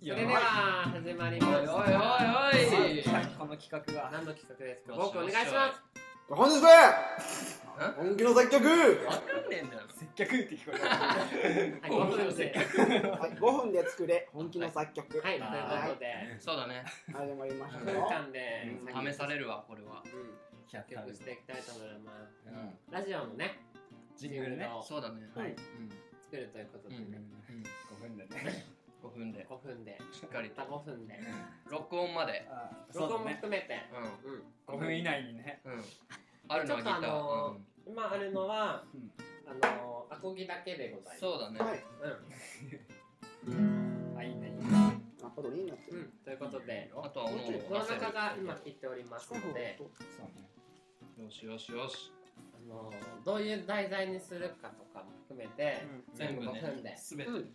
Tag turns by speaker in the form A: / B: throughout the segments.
A: それでは始まります。おいおいおい。
B: さっきこの企画が
A: 何の企画ですか。僕お願いします。
C: 本日で本気の作曲
D: わかんねえんだよ。
B: 接客って聞こえた
A: はい、5分で。
C: はい、5分で作れ本気の作曲、
A: はい、ということで、
D: そうだね。
C: 始まりまし
A: 1
C: た
A: 分
C: よ
A: 間で
D: 試されるわ、これは。
B: やった
A: 曲
B: ね
A: していきたいと思いま
B: うん
A: す。ラジオのね、
B: ジングルね
A: を
D: そうだね。
A: はい
D: うん。
A: 作るということ
D: う
A: で
D: ん。
A: ね、
B: 5分でね
D: 5分で、
A: 5分で、
D: しっかりと
A: た。5分で、
D: 録音まで。
B: あーそう
A: 録
B: だ
A: 音も
B: ね
A: 含めて、
D: うん。
A: うん、
B: 5分以内にね
D: うん。あるのはギタ
A: ちょっとあ
D: ー。
A: のー
D: うん
A: 今あるのは
B: うん、
A: あの、アコギだけでございます。
D: そうだね。
C: はい
A: うん、
B: あいいねいいね
C: あこれいいなって
A: うん、ということで、
D: あとはおのお
A: コロ
D: の
A: ナ禍が今
D: よ
A: 切っておりますので、
B: そうね
D: しよしよし。
A: あのどういう題材にするかとかも含めて、
D: 全部
A: 5分で
D: ね。すべて。
A: うん
B: うん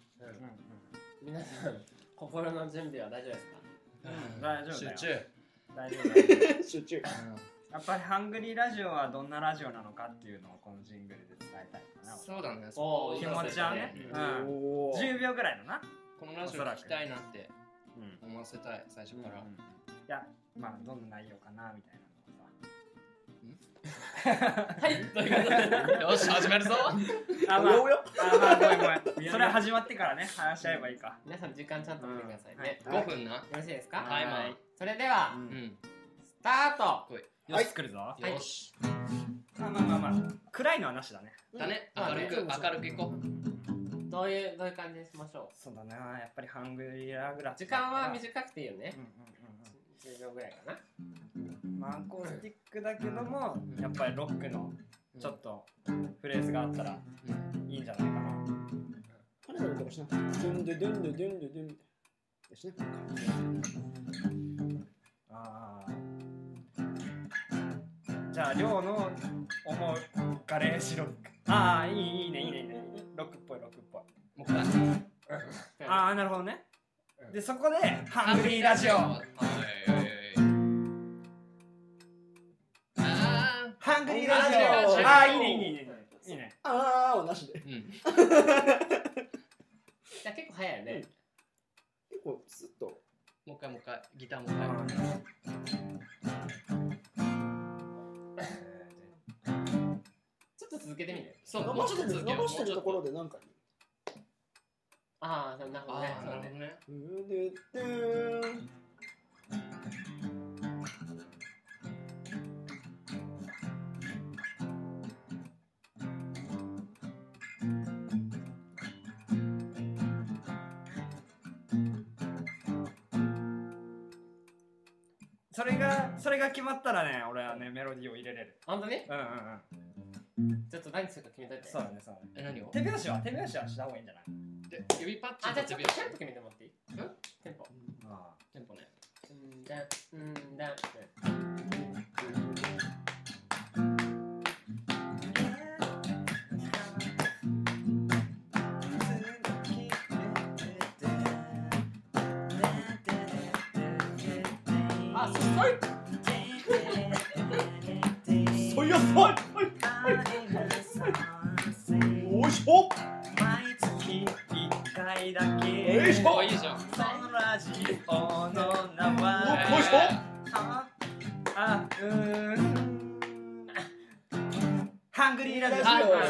A: 皆さん心の準備は大丈夫ですか
B: うん大丈夫だよ
D: 集中。
B: 大丈夫 だよ
C: 集中
B: やっぱりハングリーラジオはどんなラジオなのかっていうのをこのジングルで伝えたいかな
D: そうだね。
A: おー
B: 気持ちはね
D: そう
B: う
D: だ
B: ん
C: おお
B: 10秒ぐらいのな
D: このラジオ聞きたいなって
B: うん
D: 思わせたい、最初か
B: う
D: ら
B: ん。いやまあどんな内容かなみたいな
D: はい、 ということで、よし、始めるぞ。
B: のをさあまああまあごめんごめんそれ始まってからね話し合えばいいか
A: 皆さん時間ちゃんと見てくださいね、
C: うんは
D: 5
C: い
D: 分な。
A: よろしいですか
B: は
D: タイマー。
A: それでは、
D: う
B: うん
D: ん。
A: スタート
B: よし作るぞま
A: はい
D: よし。
B: あまあまあまあ暗いのはなしだね
D: だね、
A: うん
D: 明るく、
A: まあね
D: 明るくいこう。
A: どういうどういう感じにしましょ
B: そうだなやっぱりハングリーラグラ
A: う時間は
B: い
A: 短くていいよね
B: うんうん
A: 10秒ぐらいかな
B: うんうんまあアコースティックだけどもやっぱりロックのちょっとフレーズがあったら
D: うん
B: いいんじゃないかな
C: 彼らのことしなドゥンドゥドゥンドゥドゥンドゥドゥンよしな
B: あーじゃあ亮の思うガレージロックああいいいいねいいねいいねロックっぽいロックっぽい
D: もう一回。
B: ああなるほどねでそこでハ
D: ハ
B: ングリーラジオ
D: はいはいはいあ
B: ハングリー
D: ハングリーラ
B: ラ
D: ジ
B: ジ
D: オ
B: オああいいねいいねいいねいいね
C: あーはなしで
D: ーうん。
A: じゃあ結構早いよね、
C: 結構スッと
D: もう一回もう一回。ギターもう
B: あ
D: 一回。
B: ー
A: ちょっと続けてみる
D: そう、
C: 伸ばして
D: もうちょっ
C: る
D: と
C: 伸ばしてるところ
D: で。
C: でなんか
A: ああなるほど
D: あ
A: ね
D: あ、
A: そ
D: な
A: う
D: るほ
A: ね
D: どね。
C: ドゥドゥドゥーン
B: それがそれが決まったらね俺はねメロディーを入れれる
A: 本当に
B: うんうんうん
A: ちょっと何するか決めといて
B: そうだねそうだね
D: え、何を
B: 手拍子は手拍子はした方がいいんじゃない
D: で指パッチ
A: あじ
D: ン
A: ゃ
D: と
A: あち
D: 手
A: ょっと
D: 拍子
A: テンポ決めてもらっていいテンポ
B: あ
D: テンポね。
A: うんだうんだあすごい
C: そういやさはいおいしょ
B: 毎月一回だけ
C: よいしょ
D: おいいじゃん。
B: そのラジオの名
C: お
B: は
C: よいしょ
B: ああうーんハングリーラジオ
C: あ
B: そのラ
D: そうだね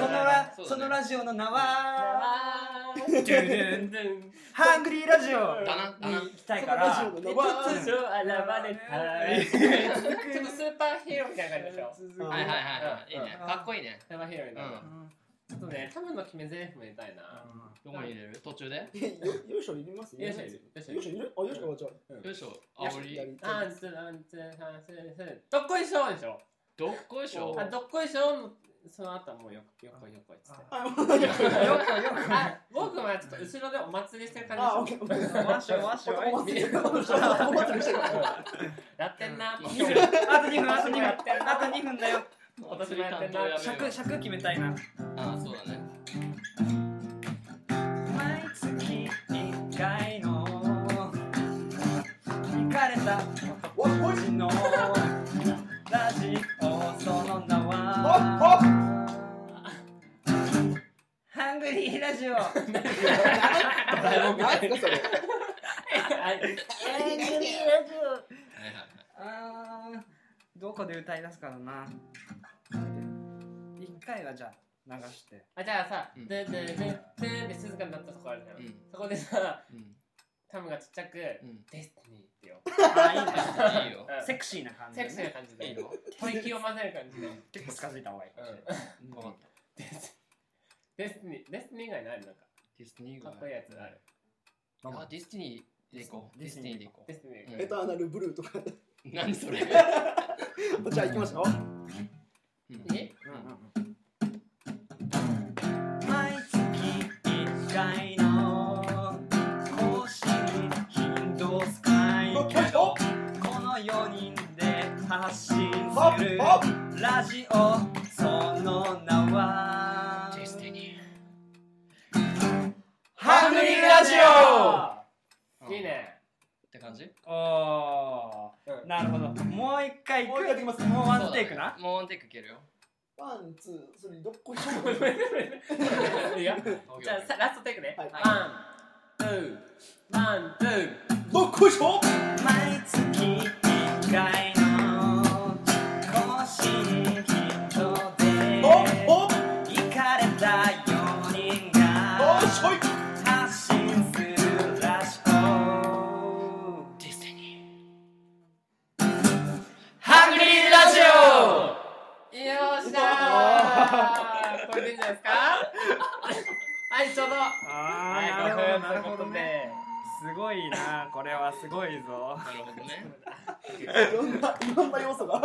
B: そのラジオの名は
A: あ
B: ドゥドゥンハングリーラジオ
D: だな、だな
B: に。行きたいから
C: そのラジオの名は
B: 突如現れ
A: ーちょっとスーパーヒーローみたいな感じでしょ
B: た
D: はいはいはいはい。いいね。
B: うん
D: かっこいいね。
A: スーパーヒーローみたいな
D: う
A: ちょっとね、タムの決め台詞も入れたいな。
D: どこに入れる途中で
C: えよよいしょいります
A: よいしょ
C: よ
A: い
C: いし
A: るよいしょ
C: ょい
A: いる
C: るあよいしょあじゃ
D: よいしょ、煽り。
C: あ
A: あんつあんつあんつあんつどっこいしょでしょ
D: どっこいしょ
A: あ、どっこいしょその後はもうよよこいよこいっつって。
C: あもうよ
A: あ、僕はちょっと後ろでお祭りしてる感じ
C: あオッ
A: でし
C: ケ
A: ょ
C: ーオッケー
B: わっしょいわっしょい
C: お祭りお 祭りしてる
A: やってんな
D: うん
A: ー
B: 二分 あと2分あと2分あと2分だよ
A: 私もやってんな
D: やめよう
B: 尺尺決めたいな
D: ああ、そうだね。
B: 毎月1回の行かれた
C: おいおい
B: 私のラジオその名
C: おっお
B: はハングリーラジオ
C: 何すかそれ
B: はい
D: はいはいはい
B: あーどこで歌い出すからな一回はじゃあ流して
A: あじゃあさ、
D: う
A: ド
D: ん
A: ゥドゥドゥドゥって静かになったとこあるじゃん。
D: うん
A: そこでさ、
D: うん
A: タムがちっちゃく、
D: うん
A: デスティニーってよ。
B: あいいね
D: いいよ
B: セクシーな感じ
A: セ
B: で
A: ク
B: ね
A: シーな感じ
D: いい
A: で。
D: よ
A: 吐息を混ぜる感じで。
B: 結構近づいた方がいいかもしれない
D: 分かっ
A: デ
D: た
A: スデスティニー、デスティニー以外ないなんか、
D: ディスティニー
A: か
D: が
A: っこいいやつある。
D: あディスティニーでいこうデ
B: ディ
D: ィ
B: ス
D: ステ
B: ティ
D: ィ
B: ニーでい
D: ニーでいこ
A: デスティニー以
D: う
A: 外。
C: エターナルブルーとか。
D: うん 何それ
C: じゃあ行きましょう。
D: うん
A: え
B: 毎月1回の更新頻度スカイ
C: お
B: この4人で発信
C: お
B: する
C: お
B: ラジオその名は
D: ディスティニ
B: ハングリーラジ
D: ー
A: いいね。
D: って感じ
B: オお
A: う
B: ー
A: ん
B: なるほどもう一回いく
C: もう一回いきます
B: もうワンテイクな、
D: もうワンテイクいけるよ
C: ワン、ツー、スリー、どっこいしょ。
A: いいよ。じゃあさ、ラストテイクね。
C: はい
A: ワン、ツー、ワン、ツー。
C: どっこいしょ。
B: 毎月1回の更新頻度で
C: おお
B: いかれた4人が
C: おしょい。
B: 発信するラジオ
D: ディスティニ
B: ハングリーラジオ
A: よっしゃーこれでいいんじゃない ですかはい、ちょうど
B: あ
A: はい、
B: ー
A: 5分ということで、
B: すごいなこれはすごいぞ
D: ーなるほど ね
C: いろんな、いろんな要素が。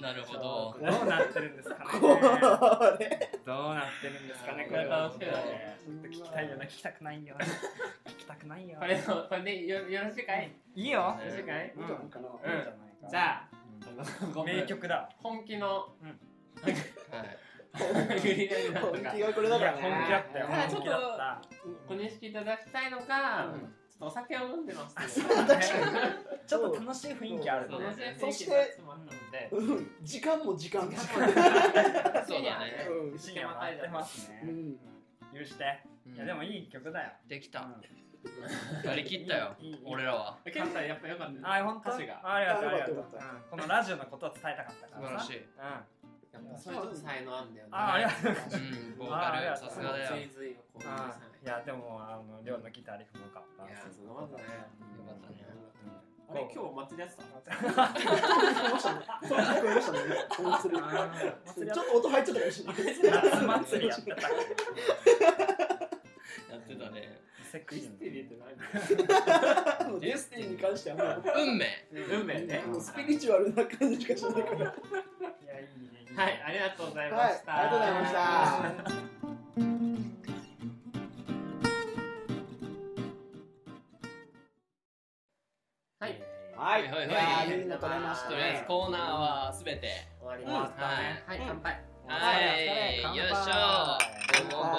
D: なるほど
B: どうなってるんですかね
C: これ。
B: どうなってるんですかねこれは
A: これ楽しみだね
B: ちょっと聞きたいよな聞きたくないよ な聞きたくないよ
A: これをこれでよよろしいかい
B: いいよ
A: よろしいかい
C: どうなのかな。
A: うんじ
B: あ
A: ゃあ、あの、ごめん
B: 名曲だ
A: 本気の
D: はい
A: グリーンライン
C: 本
A: とか
C: 気がこれ
B: い
C: だか
B: や
C: ら
B: 本
A: い
C: ね。
B: 気だったよ
A: ただち
B: 本
A: ょっと
B: 気だった
A: ご認識いただきたいのが、ちょっとお酒を飲んでます
B: ちょっと楽しい雰囲気あるね
A: 楽しい雰
C: そ
A: 囲
C: し
A: 気
C: て
A: になってしまったので
C: うん時間も時間。う
D: そうだね
C: ん
B: 深夜はってますね
C: うん。
B: 許して
D: うん
B: いやでもいい曲だよ
D: できたやりきったよ
B: いいいいいい
D: 俺らは
A: ケンさんやっぱよかった
B: あ本当
A: 歌詞が
B: あありがとうありがとう、
C: よ
B: う
C: かったよか
B: んこのラジオのことを伝えたかった
D: 素
B: から
D: 晴らし
B: い、
D: い
B: うん、あ
A: やっぱそういうとこ才能あんだよね
B: あありがとう
D: うんボーカルさすがだよ
A: 追随をこう許さ
B: あいやでもあの亮のギターリフもよかった
A: ないいやそんなことないよ
D: よかったね
A: あれ今日お祭りやってた
C: 聞こえましたね。聞こえましたね。こうする
B: 祭り
C: ちょっと音入っちゃったかもしれない。
B: 夏祭りやってたから
D: やってたね
B: セク
A: クリ
B: シ
A: ス
B: ー
A: ティリーって何
C: もうデスティニーに関してはもう
D: 運命
A: 運命ね
C: もうスピリチュアルな感じしかしないから。
B: いやいいねいいね
A: はい、ありがとうございま
C: はい
A: し、た。
C: ありがとうございました。
A: はい、
C: はい、
D: はいはい
C: やーみんな取れました
D: とりあえず
C: ね。
D: コーナーはすべて
A: 終わり
B: 終わ
A: ま
B: っ
A: す。
B: たね
A: はい、乾杯。
D: はい
B: 乾杯
D: よいしょボンボンボンボ
C: は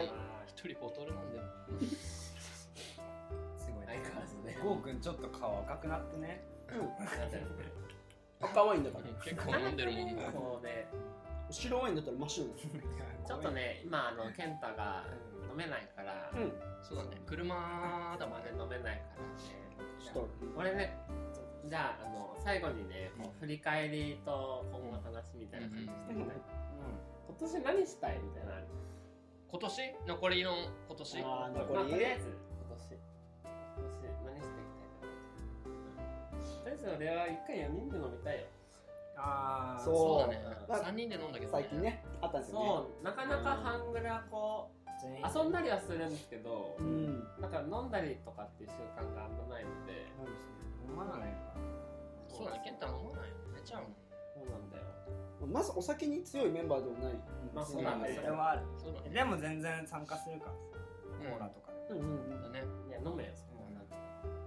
D: ン
C: い
D: 一人ボトルなんだよ
B: すごい
A: 相
B: ね
A: 変わらずね。
B: ゴーくんちょっと顔赤くなってね
C: 赤ワインだから。
D: 結構飲んでるもんな
A: そうね、
C: 白ワインだったら真っ白だ。
A: ちょっとね、今あの健太が
C: う
A: 飲めないから、
C: ん
D: そうだね車だ
A: 頭
D: もん
A: で
D: ね
A: 飲めないから
C: ち
A: ね。
C: ょっ
A: 俺ね、じゃああの最後にね、こう振り返りと今後の話みたいな感じしてみたい。今年何したいみたいなのある。
D: 今年残りの今年
C: と、あー
A: まあ、
C: 残
A: とりあえ
C: り。
A: ず今年今年何していきたいかなとりあえず俺は一回4人で飲みたいよ
B: ああ
C: そう
D: そうだね
C: まあ
D: 三人で飲んだけど
C: 最近ね、あったんですよね。
A: そうなかなかハングラこう遊んだりはするんですけど
C: うん。
A: なんか飲んだりとかっていう習慣があんまないので
B: 飲まないか
D: そうだね健太飲まないよ寝ちゃうもん
A: そうなんだよ
C: まずお酒に強いメンバーではない。
A: まあそうなんだよ
B: それはある
D: そうだね
B: でも全然参加するから
D: うん
B: コーラとかで
C: うんうん
D: だね
A: いや飲めよそんななんか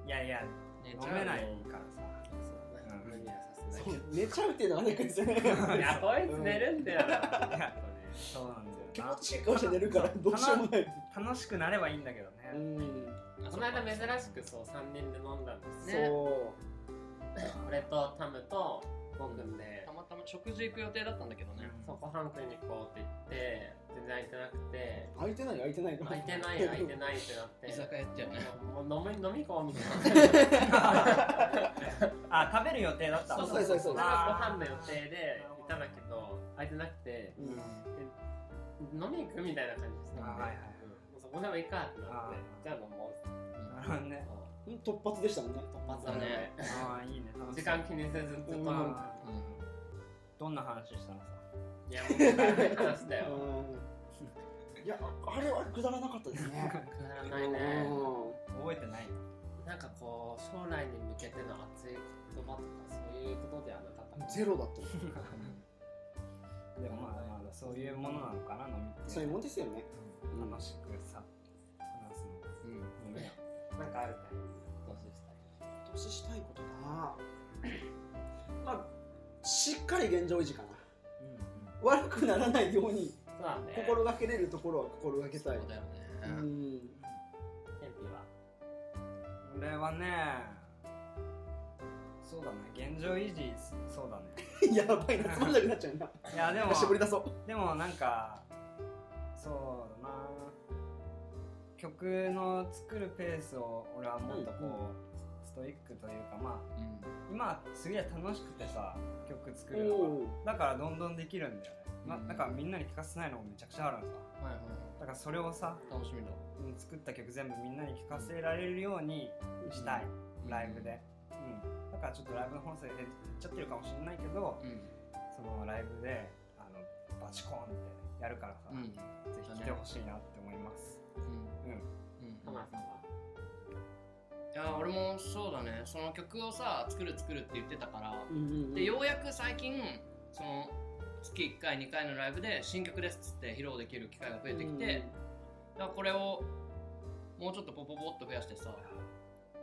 B: いやいや
D: 寝
B: 飲
D: ちゃう
B: め
D: よ
B: ないから
A: そうだな無理はさ
C: う
A: せ
C: ん。そ、
A: ないう
C: 寝ちゃうっていうのがね、ですよね。
A: いやこいつ寝るんだよな本
B: さそうなんだよ
C: 気持
B: な
C: ちいい顔して寝るから、どうしようもない。
B: 楽しくなればいいんだけど
C: う
B: ね
C: ん。
A: 当にこの間珍しくそう3人で飲んだんですね
C: そ
A: 俺とタムと僕んで
D: た、またま食事行く予定だったんだけどね、
A: そこ半径に行こうって言って全然空いてなくて
C: 空いてない空いてない
A: 空いてない空いてないってなって
D: 居酒屋行ったよね
A: もう飲み飲み行こうみたいな
B: あ食べる予定だった
A: そう
B: の
A: そうそうそうご
B: あ
A: 飯の予定で行ったんだけど空いてなくて
C: うん
A: 飲み行くみたいな感じしてたん
B: あ
A: で、
B: はいはい
A: うんそこでもいいかってなっ
B: あ
A: てじゃあ飲もう
B: なるほどね
C: うん突発でしたもんね
A: 突発だね
B: あーいいね
A: 時間気にせずずっと飲む
B: あ
D: うん
B: ーどんな話したのさ
A: いやもうくだらない話だ よ
C: うんいやあれはくだらなかったですね
A: くだらないね
C: う
B: 覚えてない
A: なんかこう将来に向けての熱い言葉とかそういうことではなかったか
C: ん
A: な
C: ゼロだった
B: でもまあまあそういうものなのかな飲みって
C: そういうもんですよね
B: うん楽しくさ話すのが
D: うん
B: 夢や
A: なんかあるかいどうしたい
C: 年したいことなまあしっかり現状維持かな悪くならないように
A: そうだね
C: 心がけれるところは心がけたい
D: そうだよね、
C: うん
A: 天日は
B: 俺はねそうだね現状維持そうだね
C: やばいなつまんなくなっちゃうない
B: やでも
C: あ絞り出そう
B: でもなんかそうだな曲の作るペースを俺はもっとこう、ストイックというかまあ
D: うん
B: 今すげえ楽しくてさ曲作
C: う
B: るの
C: ん
B: がだからどんどんできるんだよね、な
D: うん
B: なんかみんなに聞かせないのもめちゃくちゃあるのさ
D: はいはいは
B: だからそれをさ
D: い楽しみだ
B: うん作った曲全部みんなに聞かせられるようにしたい、ライブで、うん、だからちょっとライブの本数減っちゃってるかもしれないけど
D: うん
B: そのライブであのバチコーンってやるからさ、
D: うんうん
B: ぜひ来てほしいなって思います。
D: うん
A: 浜田さんはい
D: や俺もそうだねその曲をさ作る作るって言ってたから
C: うんうん
D: でようやく最近その月1回2回のライブで新曲ですっつって披露できる機会が増えてきて、だからこれをもうちょっとポポポっと増やしてさ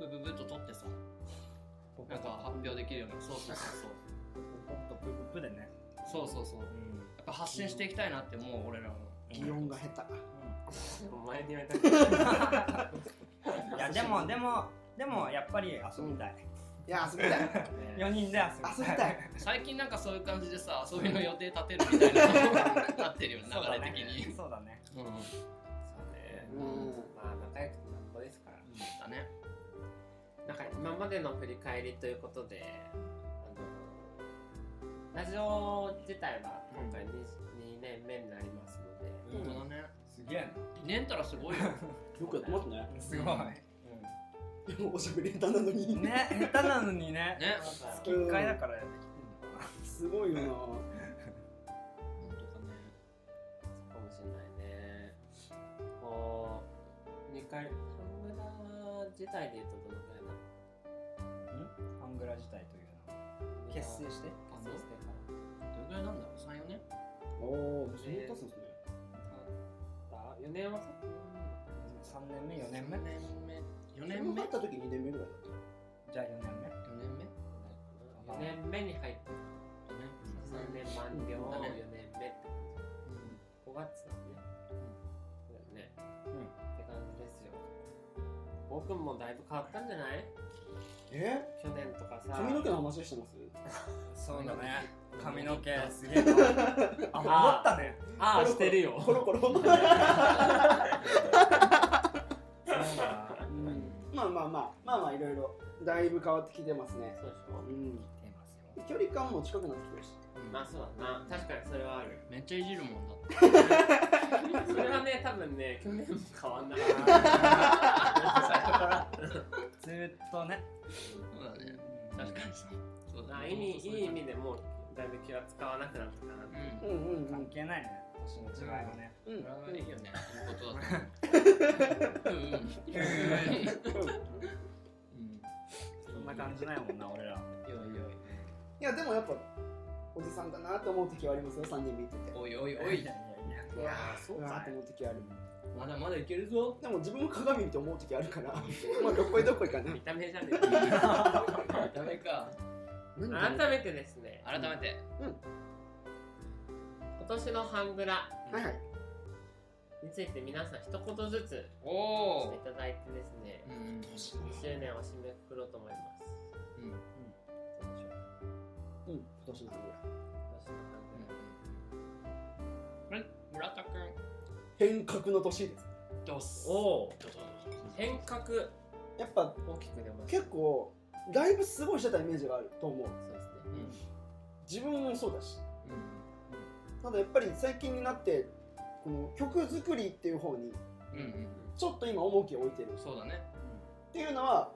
D: ブブブっと取ってさ
B: ポポ
D: なんか発表できるようにそうそう
B: ポッとプププでね。
D: そうそうそうそうそう
B: うん。
D: やっぱ発信していきたいなって思う俺らの
C: 擬音が下手
A: お前に言われたくない
B: いやでもでもでもやっぱり遊びたい。
C: いや遊びたい
B: 四人で遊
C: 遊
B: び
C: び
B: たい。
C: たい
D: 最近なんかそういう感じでさ遊びの予定立てるみたい ななってるよね
B: そうだ
D: 流れ
B: ね
D: 的に。
B: そうだね。
D: うん
A: そうね
C: うん
A: まあ仲良くてなんぼですから
D: だね
A: なんか今までの振り返りということで、あのラジオ自体は今回 2,、二年目になりますので、
D: 本当だね
B: すげえ
D: 2年たらすごいよ
C: よくやってますね
B: な。すごい。
C: でもおしゃべり下手なのに
B: ね下手なのにね。
D: ね
B: 月一回だから。
C: すごいよな
D: 本当だね
A: かもしれないね。こう、2回、半村自体で言うとどのくらいなの
B: ハングラ自体というのは結成して。
A: 結成してから。
D: どれぐらいなんだろう34年
C: おおそんな経つんですね
A: あ4年は経ってない
B: 三年目四年目。
D: 4
C: 自
D: 年
C: 分
D: 目
C: が
D: 4
C: 入った時2年目ぐらいだった
B: じゃあ四年目。
D: 年目
A: のかな。4年目に入って、
D: だね
A: 3年満了、4年目って感じ。5月だね。そうだよね。
B: うん
A: って感じですよ。僕もだいぶ変わったんじゃない
C: え
A: 去年とかさ。
C: 髪の毛の話してます
B: そうだね。髪の毛すげえな。あ戻ったね。
A: ああ、してるよ。
C: コロコロ
B: そうだ。
C: うんまあまあまあまあまあいろいろだいぶ変わってきてますね
A: そうでしょ
C: うん
B: 来てますよ。
C: 距離感も近くなってきまし
A: まあそうだな。確かにそれはある。
D: めっちゃいじるもんだって
A: それはね、多分ね、去年も変わんなかっ
B: 最初 からずーっとね
D: そうだね確かにそうそう
A: た。
D: だ
A: あ
D: ね
A: いい意味いい意味でもう、だいぶ気は使わなくなったかな。
D: う
C: たうんんうんう
B: 関
C: ん
B: 係ないね年の違いはね
C: うん
D: それはいいよねいいことだと思ううんうん
B: そんな感じないもんな俺ら
D: よいよい
C: いやでもやっぱおじさんだなと思う時はありますよ3人見てて
D: おいおいお
B: や
D: い
B: いや
A: いやー、そうう
C: わー
A: か
C: と。思う時ある
D: まだまだいけるぞ
C: でも自分も鏡見て思う時あるからまあどこへどこへかな
A: 見た目じゃねえ。
D: ダメか
A: 改めてですね、
D: 改めて
A: 今年の半グラ
C: はいはい
A: について皆さん一言ずつ
D: お
A: し
D: お
A: ていただいてですね、
D: うん
A: 1周年を締めくくろうと思います。
D: うん
A: どうでしょう
C: うん今年の春ぐらい
D: あれ村田君
C: 変革の年です
D: どうす
A: おお
D: どうぞどうぞ
A: 変革
C: やっぱ
A: 大きく出ました
C: 結構だいぶすごいしてたイメージがあると思
A: そう
C: う
A: ですね
D: うん
C: 自分もそうだし
D: う
C: ただやっぱり最近になってこの曲作りっていう方
D: んうん
C: に
D: うん
C: ちょっと今重きを置いてる
D: そうだね
C: っていうのは、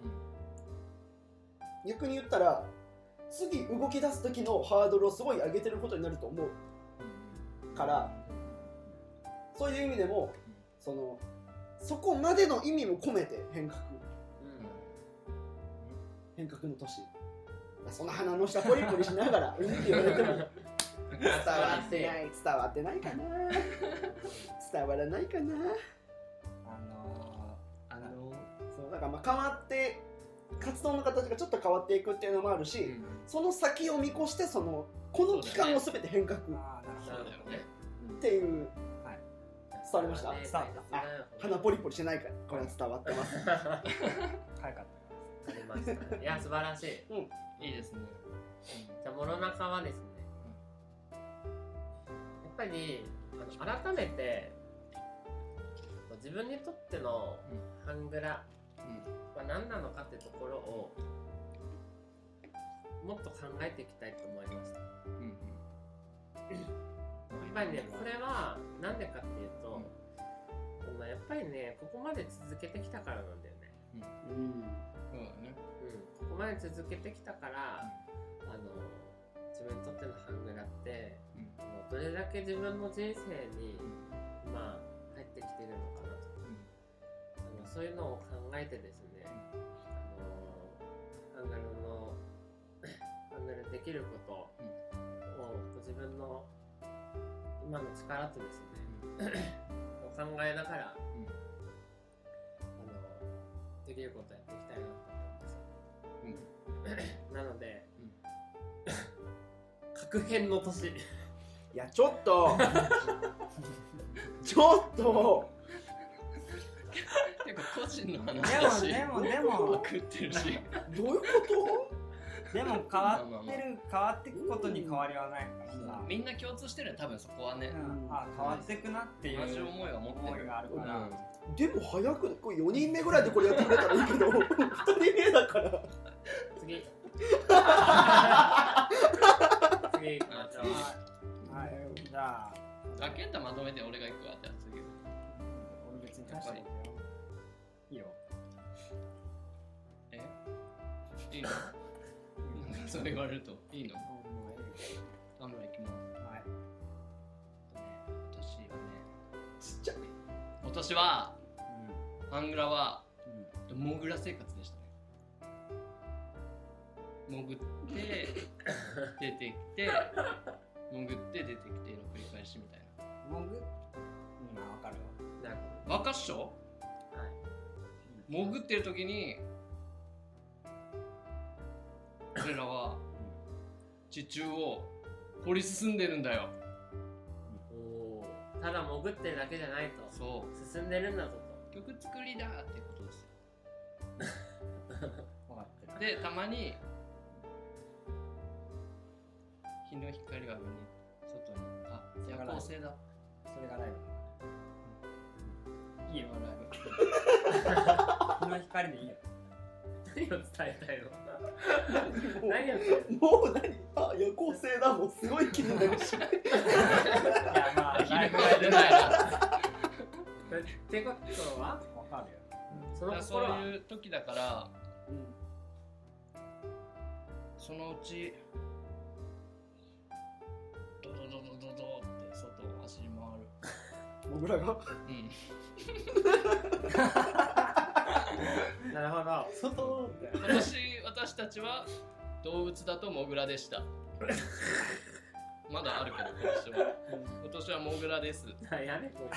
C: 逆に言ったら次動き出す時のハードルをすごい上げてることになると思うからそういう意味でもそのそこまでの意味も込めて変革変革の年そんな鼻の下ポリポリしながらうんって言われても
A: うん
C: 伝
A: 伝
C: わ
A: わ
C: っ
A: ってて
C: ない伝わってないかな伝わらないかな
B: あのー、あの
C: そうだからまあ変わって活動の形がちょっと変わっていくっていうのもあるし、
D: うん
C: その先を見越してそのこの期間を全て変革っ
B: ー、あーなるほ
D: そうだよね
C: ていう伝
A: り
C: わりました
A: 伝
B: 伝
A: わ
B: わ
A: っ
B: ったた
C: 鼻ポリポリしてないからこれは伝わってます
B: ど早かった
A: ありましたねいや素晴らしい
D: いいですね
A: じゃあ、モロナカはですね、やっぱりあの改めて自分にとってのハングラは何なのかってところをもっと考えていきたいと思いました。や
D: うんうん
A: っぱりね、これは何でかっていうと、あのやっぱりね、ここまで続けてきたからなんだよね。
C: うん
D: そうだね
A: うん、ここまで続けてきたから、あの自分にとってのハングラって
D: うん
A: もうどれだけ自分の人生に、まあ、入ってきてるのかなとあのそういうのを考えてですね、あのハングルの ハングルできることを
D: うん
A: ご自分の今の力とですね、考えながら、
D: ん
A: あのできることをやっていきたいなと思います。
D: うん
A: なので、
D: う
A: 確変の 年
C: いやちょっ とちょっと
D: 結構個人の話だし
B: でもでもで も
D: 食ってるし
C: どういうこ
B: でも変わってる変わってくことに変わりはないからさ、うん
D: みんな共通してるよ多分そこはね
B: あ変わってくなっていう
D: 同じ思いは持って
B: 思い
D: る
B: があるから、
D: うん
C: とでも早くないこれ4人目ぐらいでこれやってくれたらいいけど2人目だから
A: 次次行きましょう
B: はいじゃあ
D: あケンタまとめて俺が行くわじゃあ次
B: 俺別に大したことないよいいよ
D: いいのなんかそう言われるといいの
B: もうもういいよ
D: あんまり行きます
B: はい
D: 私はね
C: ちっちゃい
D: 今年はハングラは
B: うんうん
D: モグラ生活でしたね潜って出てきて潜って出てきての繰り返しみたい
B: 潜っうんあわかるよ
A: なる
D: な若っしょ
A: ほどはい
D: 潜ってる時に俺らは地中を掘り進んでるんだよ
A: おーただ潜ってるだけじゃないと
D: そ
A: 進んでるんだぞ
D: う曲作りだーってことですよ
B: 分かってる
D: でたまに日の光を浴びに外にあ夜行性だ
B: それがライブ
D: いいよライブ
B: 日の光でいいよ
A: と何を伝えたいの
C: も
A: 何を伝えた
C: うもう何あ夜行性だもうすごい気になるし
B: いやまあライ
D: 昼
B: ブ
D: 間は出ないな
A: のってことは
B: わかるよ
A: その
D: そう
A: 心は
D: いう時だからそのうちドドドドドドって外を走り回
C: 僕らが
D: るうん
A: なるほど
C: 外みたいな
D: 今年私たちは動物だとモグラでしたまだあるけど今年は今年はモグラです
A: 何やねんこ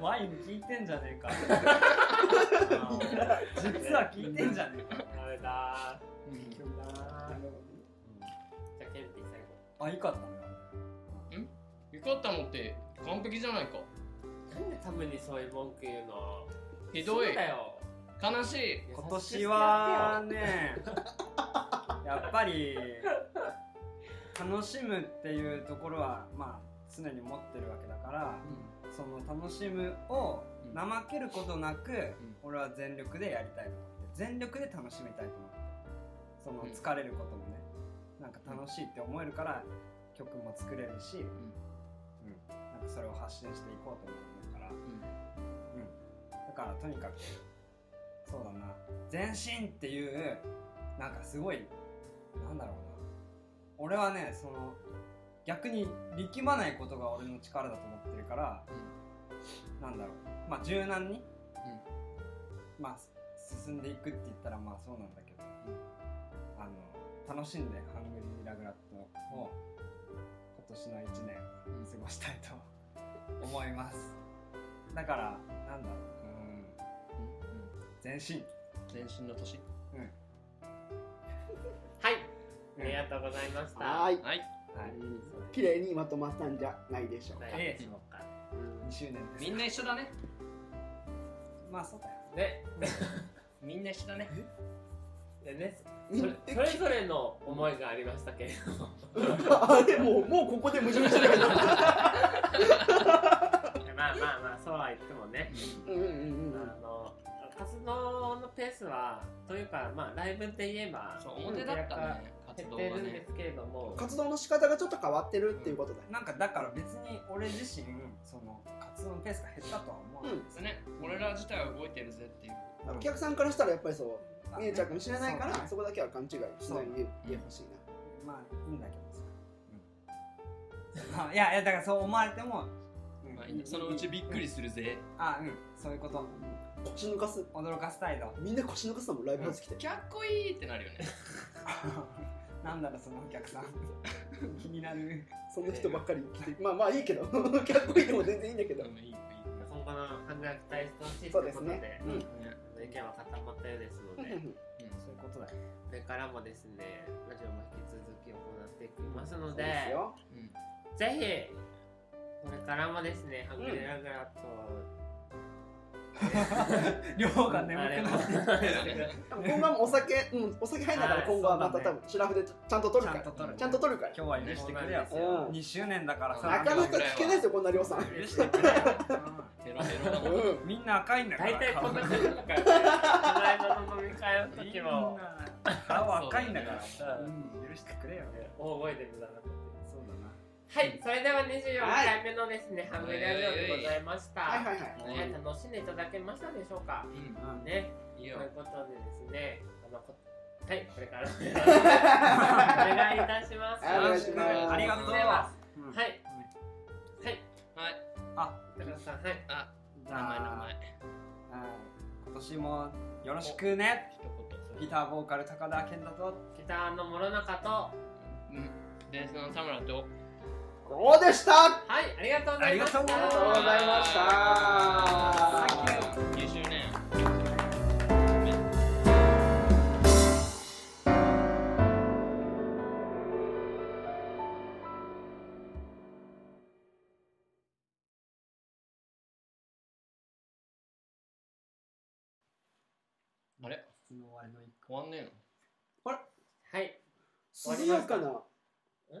B: ワイン聞いてんじゃねえか実は聞いてんじゃねえか
A: れダメだ
D: うん
A: ーだじゃあケンティ最後
B: あよかったね
D: よかったのって完璧じゃないか
A: なんでためにそういう文句言うの
D: ひどい
A: そうだよ
D: 悲しい
B: 今年はねいやっぱり楽しむっていうところはまあ常に持ってるわけだからその楽しむを
D: うん
B: 怠けることなく、俺は全力でやりたいと思って全力で楽しみたいと思ってその
D: うん
B: 疲れることもねなんか楽しいって思えるから曲も作れるし、なんかそれを発信していこうと思ってるから、うん、だからとにかくそうだな全身っていうなんかすごいなんだろうな俺はねその逆に力まないことが俺の力だと思ってるから、なんだろうまあ柔軟に、まあ進んでいくって言ったらまあそうなんだけど、あの楽しんでハングリーラグラットを今年の1年過ごしたいと思いますだからなんだろううん全身
D: 全身の年
A: はい、
B: うん
A: ありがとうございました。
C: はーい
D: は
B: は
D: い
B: い
A: うん
C: 綺麗にまとまったんじゃないでしょうか
A: ね
B: ええ
A: そうか。
B: 2周年です
D: みんな一緒だね
B: まあそうだよ
A: ね、
D: みんな一緒だね
A: でね、
C: み
A: そ
C: ん
A: れそれぞれの思いがありましたけれども、
C: あれもうもうここで矛盾してるけど
A: まあまあまあそうは言ってもね、
C: うんうんうんうん
A: あの活動のペースはというかまあライブで言えば
D: そう表だったね
A: 減
D: 活
A: っ
D: 動
A: て
D: が
A: るんで
D: ね
A: すけれども、
C: 活動の仕方がちょっと変わってるっていうことだね
B: なんかだから別に俺自身その活動のペースが減ったとは思わないですね、
D: ね俺ら自体は動いてるぜっていう
C: お客さんからしたらやっぱりそう
B: まあ
C: 見
B: ね
C: えちゃうかもしれないから
B: そう
C: そこだけは勘違いしないで言ってほしい
B: まあいいんだけどさ、まあいやいやだからそう思われても、うん
D: まあいいんだそのうちびっくりするぜ
B: あうんそういうこと
C: な腰抜かす
B: 驚かせたいと
C: みんな腰抜かすのもライブハウス来て
D: かっこいいってなるよね
B: なんだろうそのお客 さん気になる
C: そんな人ばっかり来てまあまあいいけど かっこいいでも全然いいんだけど
D: うんいいよ
A: 今後の感覚期待してほしい
C: そ
A: と
C: う
A: いう
C: で
A: こ
C: す
A: とで
C: ねうん
D: いいよね
A: 意見は固まったようですので、
D: う
B: そう
D: ん
B: いうことだよ
A: これからもですねラジオも引き続き行っていきますの
C: そう
A: で
C: ですよ
D: うん
A: ぜひこれからもですねハングリーラグラットを
B: 量が眠くなってきた
C: 今後はもうお酒うんお酒入んだから
A: はい
C: 今後はまた
A: そうだ
C: 多
A: ね
C: 分シラフでちゃんと取る
B: ちゃ
C: か
B: んと
C: ら
B: 取る
C: ちゃんと取るから
B: 今日は許してくれよ
C: うん
B: 2周年だからさ
C: なかなか聞けないですよこんな量産う
B: 許してくれよ
D: ヘロヘロだもん
C: ん
B: みんな赤いんだから
A: 大体 こんなことかね、この間の飲み会の
B: み
A: 時
B: ん
A: も
B: な顔赤いんだから
A: そうだね
B: うん許してくれよ
A: 大声で無駄なこと言
B: そうだな
A: ってはい、それでは24回目のですね、ハングリーラジオでございました。
C: はいはいはい
A: ね楽しんでいただけましたでしょうか。
D: う
B: うん
A: ね、
D: んいい
A: とい
D: よ
A: うことでですね、あのこはい、これから もお願いいたします。
C: はいお願いします
B: ありがとう
A: では、
B: うん
A: はい、はい、
D: はい
A: 高田さん、はい、
D: あ
B: じ
D: 名
B: ゃあ
D: 前名前
B: はい今年もよろしくね
D: 一
B: ギ
D: 言
B: ターボーカル高田健太と
A: ギターの諸中と、は
D: うんベースの田村と
C: こうでした
A: い、ありがとうございました。
B: ありが
C: ありがとうございました
D: 9周年あれ
B: 夏の終わりの一
D: 終わんねえの
A: はい、
C: 涼やかな
A: え
C: 涼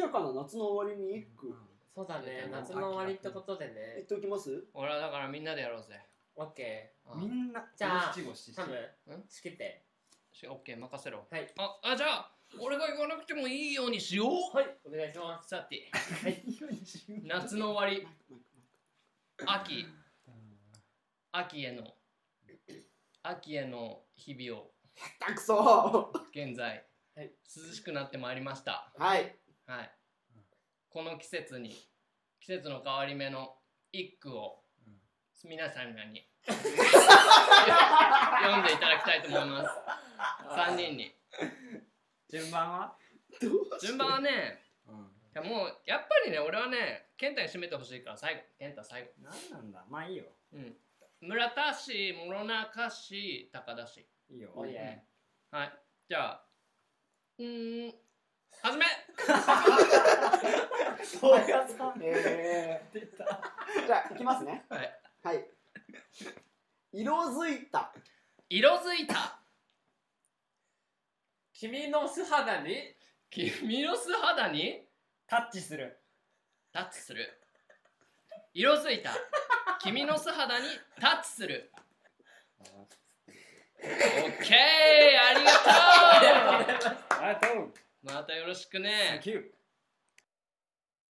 C: やかな夏の終わりに一
B: 句
C: 句
A: そうだね、夏の終わりってことでね
C: 言っ。ておきます
D: 俺はだからみんなでやろうぜ
A: オッケ
D: あ
B: みんな
A: じゃあ
B: 五七五七
A: ー。サム、
D: ん
A: 仕切って。
D: しオッケー任せろ
A: はい。
D: ああじゃあ俺が行かなくてもいいようにしよう
A: はい、お願いします。
D: さて
B: 七
D: 夏の終わり秋
B: う
D: 秋への秋への日々を
C: たくそ
D: 現在、
A: はい
D: 涼しくなってまいりました
C: はい
D: はい
B: うん
D: この季節に季節の変わり目の一句を
B: うん
D: 皆さんに 読んでいただきたいと思います3人に
B: ん順番は
C: どうして
D: 順番はね
B: うん
D: いやもうやっぱりね俺はね健太に締めてほしいから最後健太最後
B: 何なんだまあいいよ
D: うん村田市諸中市高田市
B: いいよ
A: おいえ
D: はい、じゃあ、うーん、はじめ
C: そうやえ
B: 出た
C: ーじゃあいきますね
D: はい
C: はい色づいた
D: 色づいた
A: 君の素肌に
D: 君の素肌に
B: タッチする
D: タッチする色づいた君の素肌にタッチするオッケーありがとう
B: ありがとう
D: またよろしくね
B: Thank you